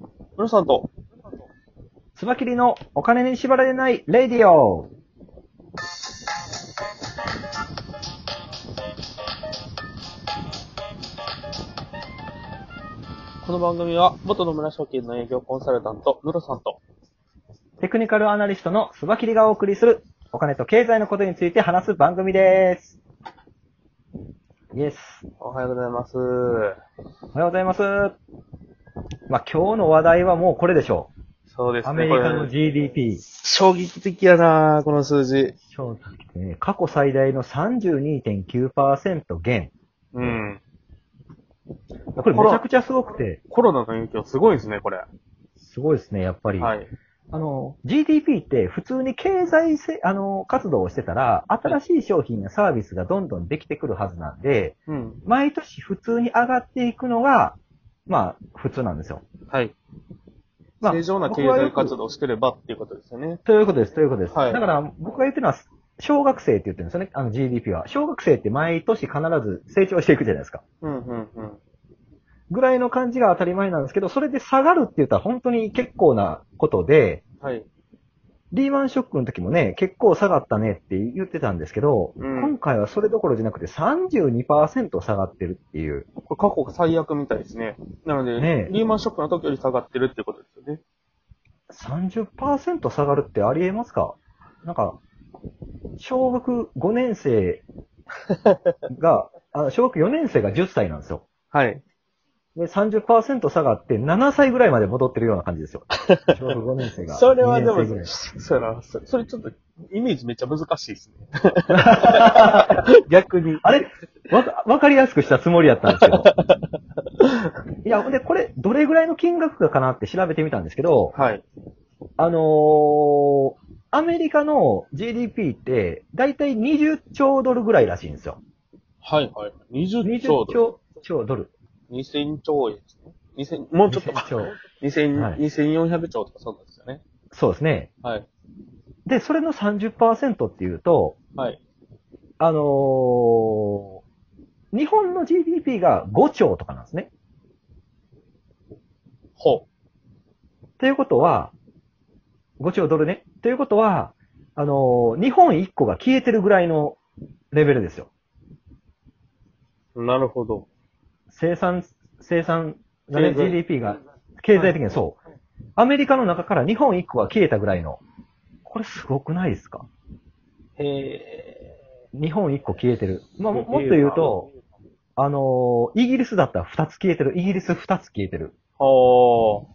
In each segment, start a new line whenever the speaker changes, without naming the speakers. ムロさんと、
つばきりのお金に縛られないレディオ。
この番組は、元野村証券の営業コンサルタント、ムロさんと、
テクニカルアナリストのつばきりがお送りするお金と経済のことについて話す番組です。イエス。
おはようございます。
おはようございます。まあ、今日の話題はもうこれでしょ
そうで
う。
すね。
アメリカ
こ
の
れ
GDP。
衝撃的やなこの数字。
そうですね過去最大の32.9%減。
うん。
これめちゃくちゃすごくて、
コロナの影響すごいですね、これ。
すごいですね、やっぱり。
はい。
あの、GDP って普通に経済せ、あの、活動をしてたら、新しい商品やサービスがどんどんできてくるはずなんで、
うん。
毎年普通に上がっていくのが、まあ、普通なんですよ。
はい。
まあ、
正常な経済活動をしてればっていうことですよね。
ということです、ということです。
はい
だから、僕が言ってるのは、小学生って言ってるんですよね、あの GDP は。小学生って毎年必ず成長していくじゃないですか。
うん、うん、うん。
ぐらいの感じが当たり前なんですけど、それで下がるって言ったら本当に結構なことで、
はい。
リーマンショックの時もね、結構下がったねって言ってたんですけど、
うん
今回はそれどころじゃなくて32%下がってるっていう。
これ過去最悪みたいですね。なので、
ねえ
リーマンショックの時より下がってるってことですよね。
30%下がるってありえますかなんか、小学5 年生が、あ小学4年生が10歳なんですよ。
はい。
で、30%下がって7歳ぐらいまで戻ってるような感じで すよ。小学5年生が。
それはでも
2年生ぐらい、
そうやな。それそれちょっと、イメージめっちゃ難しい ですね。
逆に。あれわか、わかりやすくしたつもりやったんです けど。いや、ほんで、これ、どれぐらいの金額かかなって調べてみたんですけど、
はい。
あのーアメリカの GDP って、だいたい20兆ドルぐらいらしいんですよ。
はいはい。20
20
兆ドル。
兆兆ドル。
2000兆円ですね。2000、もうちょっとか
2000。兆
2000
はい
2400兆とかそうなんですよね。
そうですね。
はい。
で、それの30%っていうと、
はい。
あのー日本の GDP が5兆とかなんですね。
ほ
ということは、5兆ドルね。ということは、あのー日本1個が消えてるぐらいのレベルですよ。
う。なるほど。
生産、生産がね、
経済
GDP が、経済的にそう。アメリカの中から日本1個が消えたぐらいの。これすごくないですか
へえ。
日本1個消えてる。まあ、も
す
も
ご
っ
い
と
な
言うと、あのーイギリスだったら2つ消えてる。イギリス2つ消えてる。
はあ。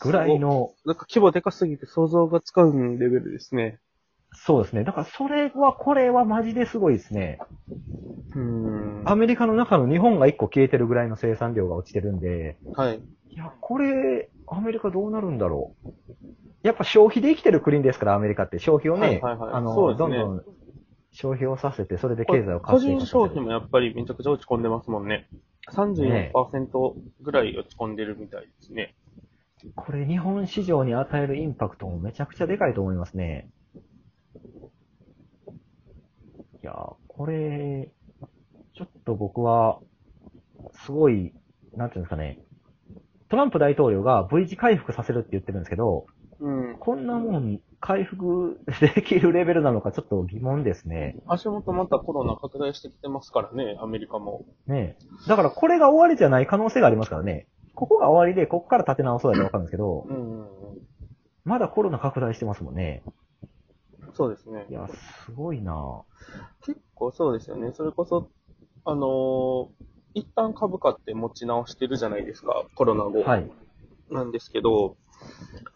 ぐらいの、
なんか規模でかすぎて想像がつかんレベルですね。
そうですね。だからそれは、これはマジですごいですね。
うーん。
アメリカの中の日本が1個消えてるぐらいの生産量が落ちてるんで、
はい。
いや、これ、アメリカどうなるんだろう。やっぱ消費で生きてる国ですから、アメリカって。消費をね、
はいはいはい
あの、
そうです
どん
ね
どん消費をさせて、それで
これ
経済を
個
活性化
人
させる
消費もやっぱりめちゃくちゃ落ち込んでますもんね。
ね
34%ぐらい落ち込んでるみたいですね。
これ、日本市場に与えるインパクトもめちゃくちゃでかいと思いますね。いやー、これ、ちょっと僕は、すごい、なんていうんですかね。トランプ大統領が V 字回復させるって言ってるんですけど、
うん。
こんなもん回復できるレベルなのかちょっと疑問ですね。
足元またコロナ拡大してきてますからね、アメリカも。
ねえだからこれが終わりじゃない可能性がありますからね。ここが終わりで、ここから立て直そうやでわかるんですけど、
うんうんうん。
まだコロナ拡大してますもんね。
そうですね
い。や、すごいなぁ。
結構そうですよね。それこそ、あのー一旦株価って持ち直してるじゃないですか、コロナ後。
はい。
なんですけど、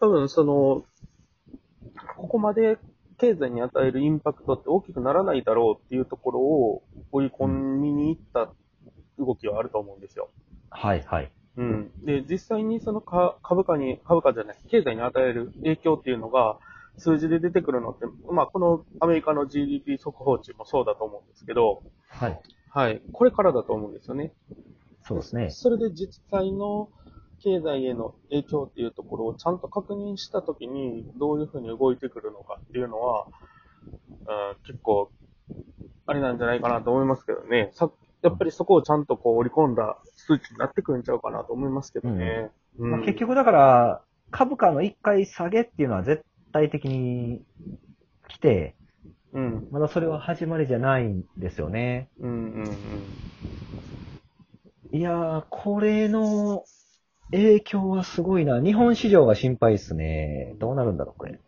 多分その、ここまで経済に与えるインパクトって大きくならないだろうっていうところを追い込みに行った動きはあると思うんですよ。
はい、はい。
うん。で、実際にそのか株価に、株価じゃない、経済に与える影響っていうのが、数字で出てくるのって、まあ、このアメリカの GDP 速報値もそうだと思うんですけど、
はい。
はい。これからだと思うんですよね。
そうですね。
それで実際の経済への影響っていうところをちゃんと確認したときに、どういうふうに動いてくるのかっていうのは、うん、結構、あれなんじゃないかなと思いますけどね。さやっぱりそこをちゃんとこう織り込んだ数値になってくるんちゃうかなと思いますけどね。うん
まあ、結局だから、株価の一回下げっていうのは絶対的に来て、
うん。
まだそれは始まりじゃないんですよね。
うんうんうん。
いやー、これの影響はすごいな。日本市場が心配ですね。どうなるんだろう、これ。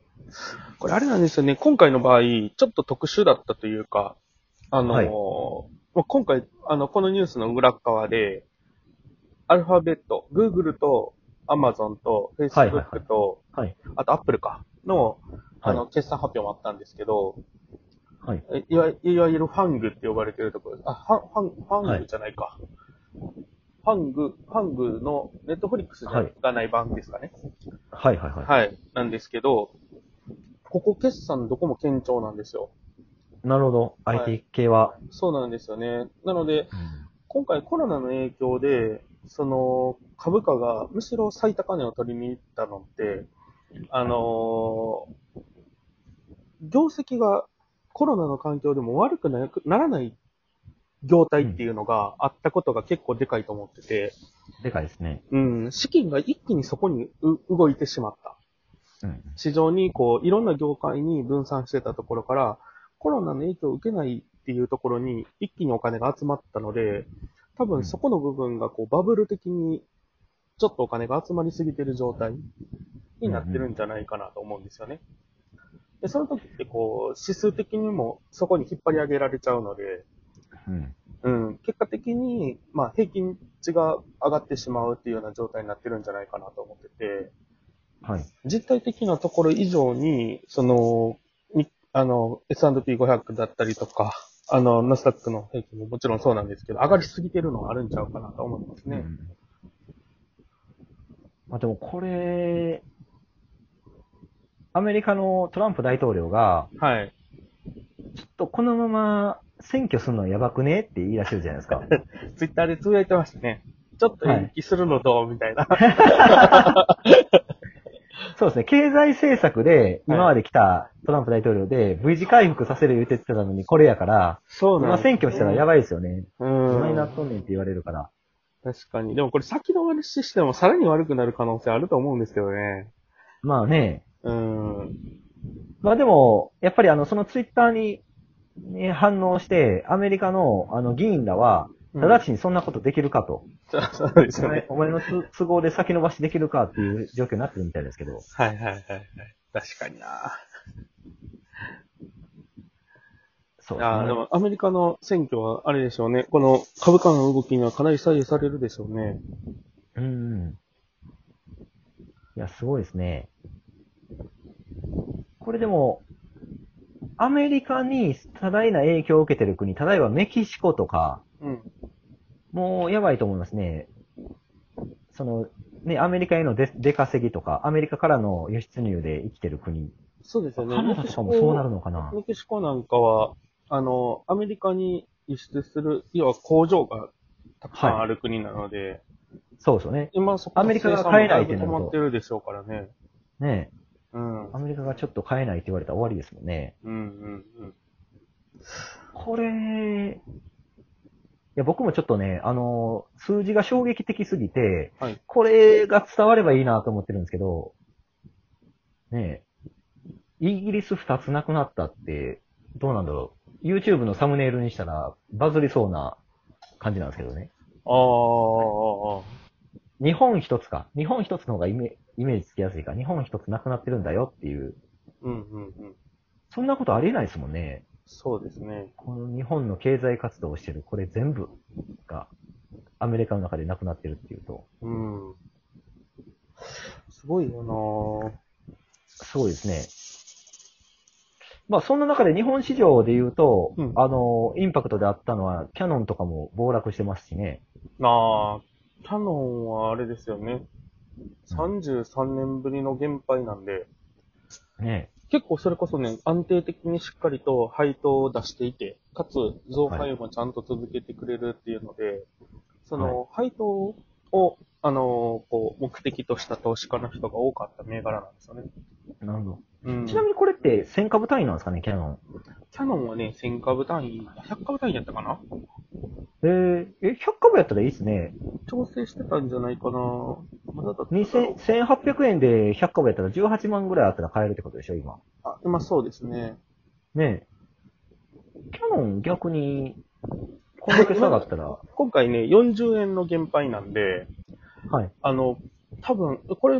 これあれなんですよね、今回の場合、ちょっと特殊だったというか、あのー、
はい
まあ今回、あの、このニュースの裏っ側で、アルファベット、Google と Amazon と
はいはいは
Facebook
い
と、
はい
あと Apple か、の、あの、
は
決算発表もあったんですけど、
い。はい。
えいわいわゆるファングって呼ばれてるところです。あ、ファンファン、ファングじゃないか。ファング、ファングのネットフリックスじゃがない版ですかね。
はいはいは
はい。なんですけど、ここ決算どこも堅調なんですよ。
い。なるほど。
はい
IT 系は。
そうなんですよね。なので、
うん
今回コロナの影響で、その株価がむしろ最高値を取りに行ったのって、あのー業績がコロナの環境でも悪くなくならない業態っていうのがあったことが結構でかいと思ってて、
でかいですね。
うん、資金が一気にそこにう動いてしまった。
うん。
市場にこういろんな業界に分散してたところから、コロナの影響を受けないっていうところに一気にお金が集まったので、多分そこの部分がこうバブル的にちょっとお金が集まりすぎてる状態になってるんじゃないかなと思うんですよね。で、その時ってこう指数的にもそこに引っ張り上げられちゃうので、
うん。
うん、結果的に、まあ、平均値が上がってしまうっていうような状態になってるんじゃないかなと思ってて、
はい。
実体的なところ以上に、その、にあの、S&P500 だったりとか、あの、ナスダックの平均ももちろんそうなんですけど、上がりすぎてるのはあるんちゃうかなと思います
う
ね。
んまあでもこれ、アメリカのトランプ大統領が、
はい。
ちょっとこのまま選挙するのやばくねって言い出してるじゃないです か。
ツイッターでつぶやいてましたね。ちょっと延期するのどうみたいな。
そうですね。経済政策で、今まで来たトランプ大統領で V 字回復させる言うてたのにこれやから、
そ
今選挙したらや
ばい。
ばいですよね。
う
どないなんっ。とんねんって言われるから。
確かに。でもこれ先延ばししてもさらに悪くなる可能性あると思うんですけどね。
まあね。
うん。
まあでも、やっぱりあの、そのツイッターに、ね、反応して、アメリカのあの議員らは、直ちにそんなことできるかと。
そうそうですよね。
お前のつ都合で先延ばしできるかっていう状況になってるみたいですけど。
はいはいはいはい。確かにな。
そうですね
ああ、でもアメリカの選挙はあれでしょうね。この株価の動きにはかなり左右されるでしょうね。
うんうん。いや、すごいですね。これでも、アメリカに多大な影響を受けてる国、例えばメキシコとか、
うん。
もうやばいと思いますね。その、ね、アメリカへの出出稼ぎとか、アメリカからの輸出入で生きてる国。
そうです
カ
よね。
ナダとかもそうなるのかな
メキシコなんかは、あの、アメリカに輸出する、要は工場がたくさんある国なので、
そうですよね。
今そこの
アメリカが
生産
買えないって
も
なる
だぶ
と
止まってるでしょうからね。
ね
うん。う
ア
ん
メリカがちょっと買えないって言われたら終わりですもんね。
うんうん。
これ、いや、僕もちょっとね、あの、数字が衝撃的すぎて、
はい
これが伝わればいいなと思ってるんですけど、ねえ、イギリス二つなくなったって、どうなんだろう。YouTube のサムネイルにしたらバズりそうな感じなんですけどね。
ああ、
日本一つか。日本一つの方がイメイメージつきやすいから、日本一つなくなってるんだよっていう。
うんうんうん。
そんなことありえないですもんね。
そうですね。
この日本の経済活動をしてる、これ全部が、アメリカの中でなくなってるっていうと、
うん。すごいよなぁ
すごいですね。まあ、そんな中で日本市場で言うと、
うん
あの、インパクトであったのは、キャノンとかも暴落してますしね。
ああ、キャノンはあれですよね。33年ぶりの減配なんで、
ね
結構それこそね、安定的にしっかりと配当を出していて、かつ増配もちゃんと続けてくれるっていうので、その配当を、あのーこう、目的とした投資家の人が多かった銘柄なんですよね。
なるほど。
うん。
ちなみにこれって1000株単位なんですかね、キャノン。
キャノンはね、1000株単位、100株単位やったかな
えー、え、100株やったらいいですね。
調整してたんじゃないかなまだだったら
2000 1800円で100株やったら18万ぐらいあったら買えるってことでしょ、今。
あ、まあそうですね。
ねえ。キャノン逆に、こんだけ下がったら、 は
今回ね、40円の減配なんで、
い。
あの、多分、これ、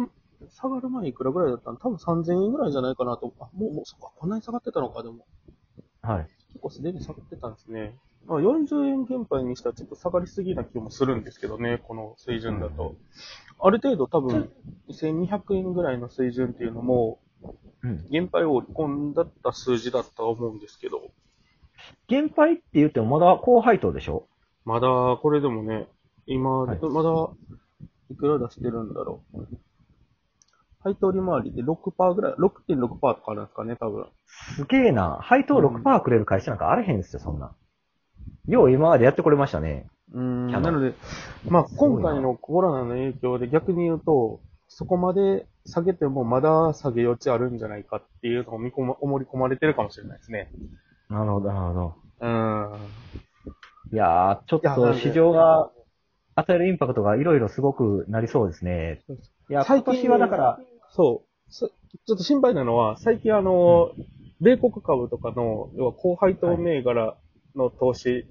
下がる前いくらぐらいだったの多分3000円ぐらいじゃないかなと。あ、もう、もう、そっか、こんなに下がってたのか、でも。
はい。
結構すでに下がってたんですね。まあ、40円減配にしたらちょっと下がりすぎな気もするんですけどね、この水準だと。ある程度多分、1200円ぐらいの水準っていうのも、
うん。
減配を織り込んだった数字だったと思うんですけど、
減配って言ってもまだ高配当でしょ
まだ、これでもね、今、
はい
まだ、いくら出してるんだろう。配当利回りで6%ぐらい、6.6%とかなんですかね、多分。
すげえな。配当6%くれる会社なんかあれへんですよ、そんな。よう今までやってこれましたね。
うん、
キャ
な
ノン
ので、まあ、
すごい
今
な
回のコロナの影響で逆に言うと、そこまで下げてもまだ下げ余地あるんじゃないかっていうのを見込ま、思り込まれてるかもしれないですね。
なるほど、なるほど。
うん。
いやー、ちょっ
いやなん
と
で
市場が与えるインパクトがいろいろすごくなりそうですね
そう。
いや、
最
今
近
年はだから、
そう。そちょっと心配なのは、最近あの、米国株とかの、要は高配当銘柄の投資、
はい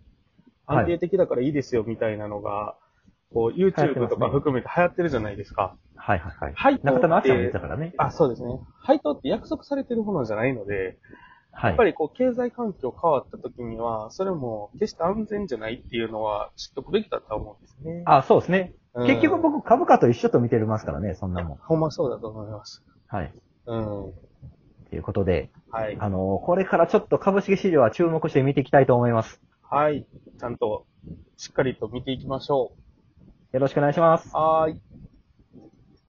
安定的だからいいですよみたいなのが、こう、YouTube とか含めて流行ってるじゃないですか。
はいはいはい。
配当
中田の
っ
朝も言っててた、からね。
あ、そうですね。配当って約束されてるものじゃないので、
は
や
い
っぱ。りこう、経済環境変わった時には、それも決して安全じゃないっていうのは知っとくべきだと思うんですね。
あ、そうですね。
うん
結局、僕株価と一緒と見てますからね、そんな もん。
ほんまそうだと思います。
はい。
うん。
ということで、
はい。
あのーこれからちょっと株式市場は注目して見ていきたいと思います。
はい。ちゃんと、しっかりと見ていきましょ
よろしくお願いします
う。。はーい。